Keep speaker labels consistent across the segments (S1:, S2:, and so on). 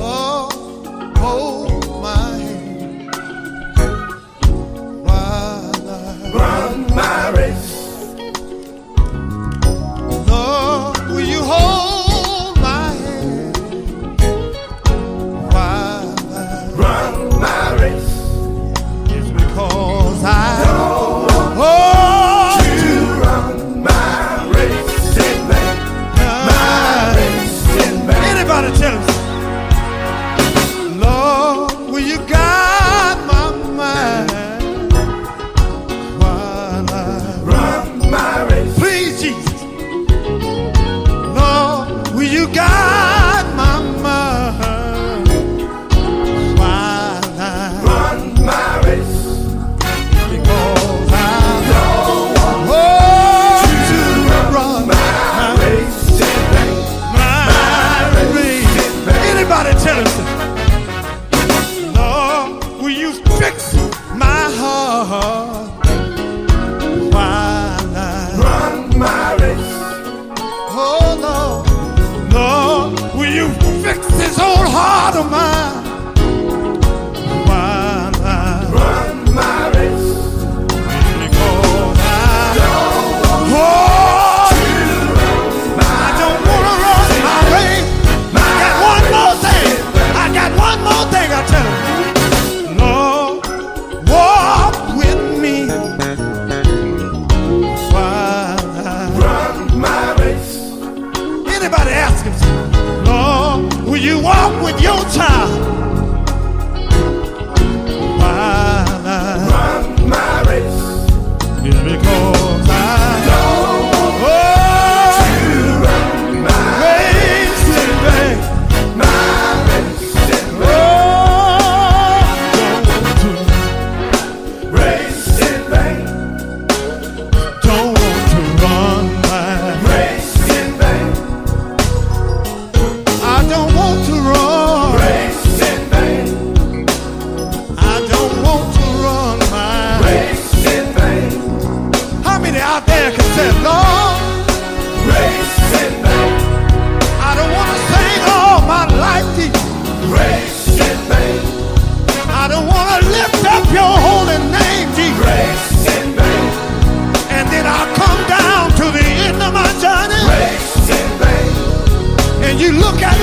S1: Oh, Oh, Oh,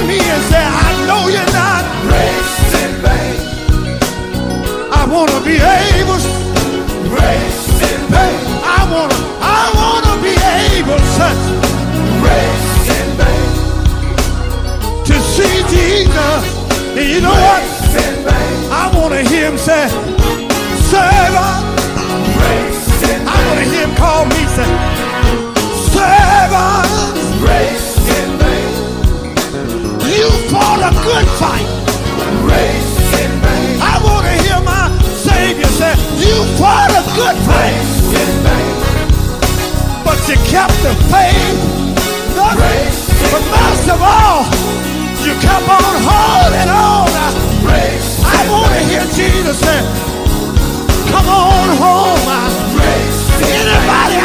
S1: me and say, I know you're not
S2: Racing, babe.
S1: I wanna be able,
S2: Racing, babe.
S1: I wanna, I wanna be able son,
S2: Racing, babe.
S1: to see Jesus. And you know what?
S2: Racing, babe.
S1: I wanna hear him say, servant.
S2: Racing,
S1: I wanna hear him call me say, servant.
S2: racing, babe.
S1: You fought a good fight.
S2: Racing, babe.
S1: I wanna hear my Savior say, you fought a good fight,
S2: Racing, babe.
S1: but you kept the faith. Look, But most of all, you kept on holding on.
S2: Racing,
S1: I wanna hear Jesus say, Come on home. Anybody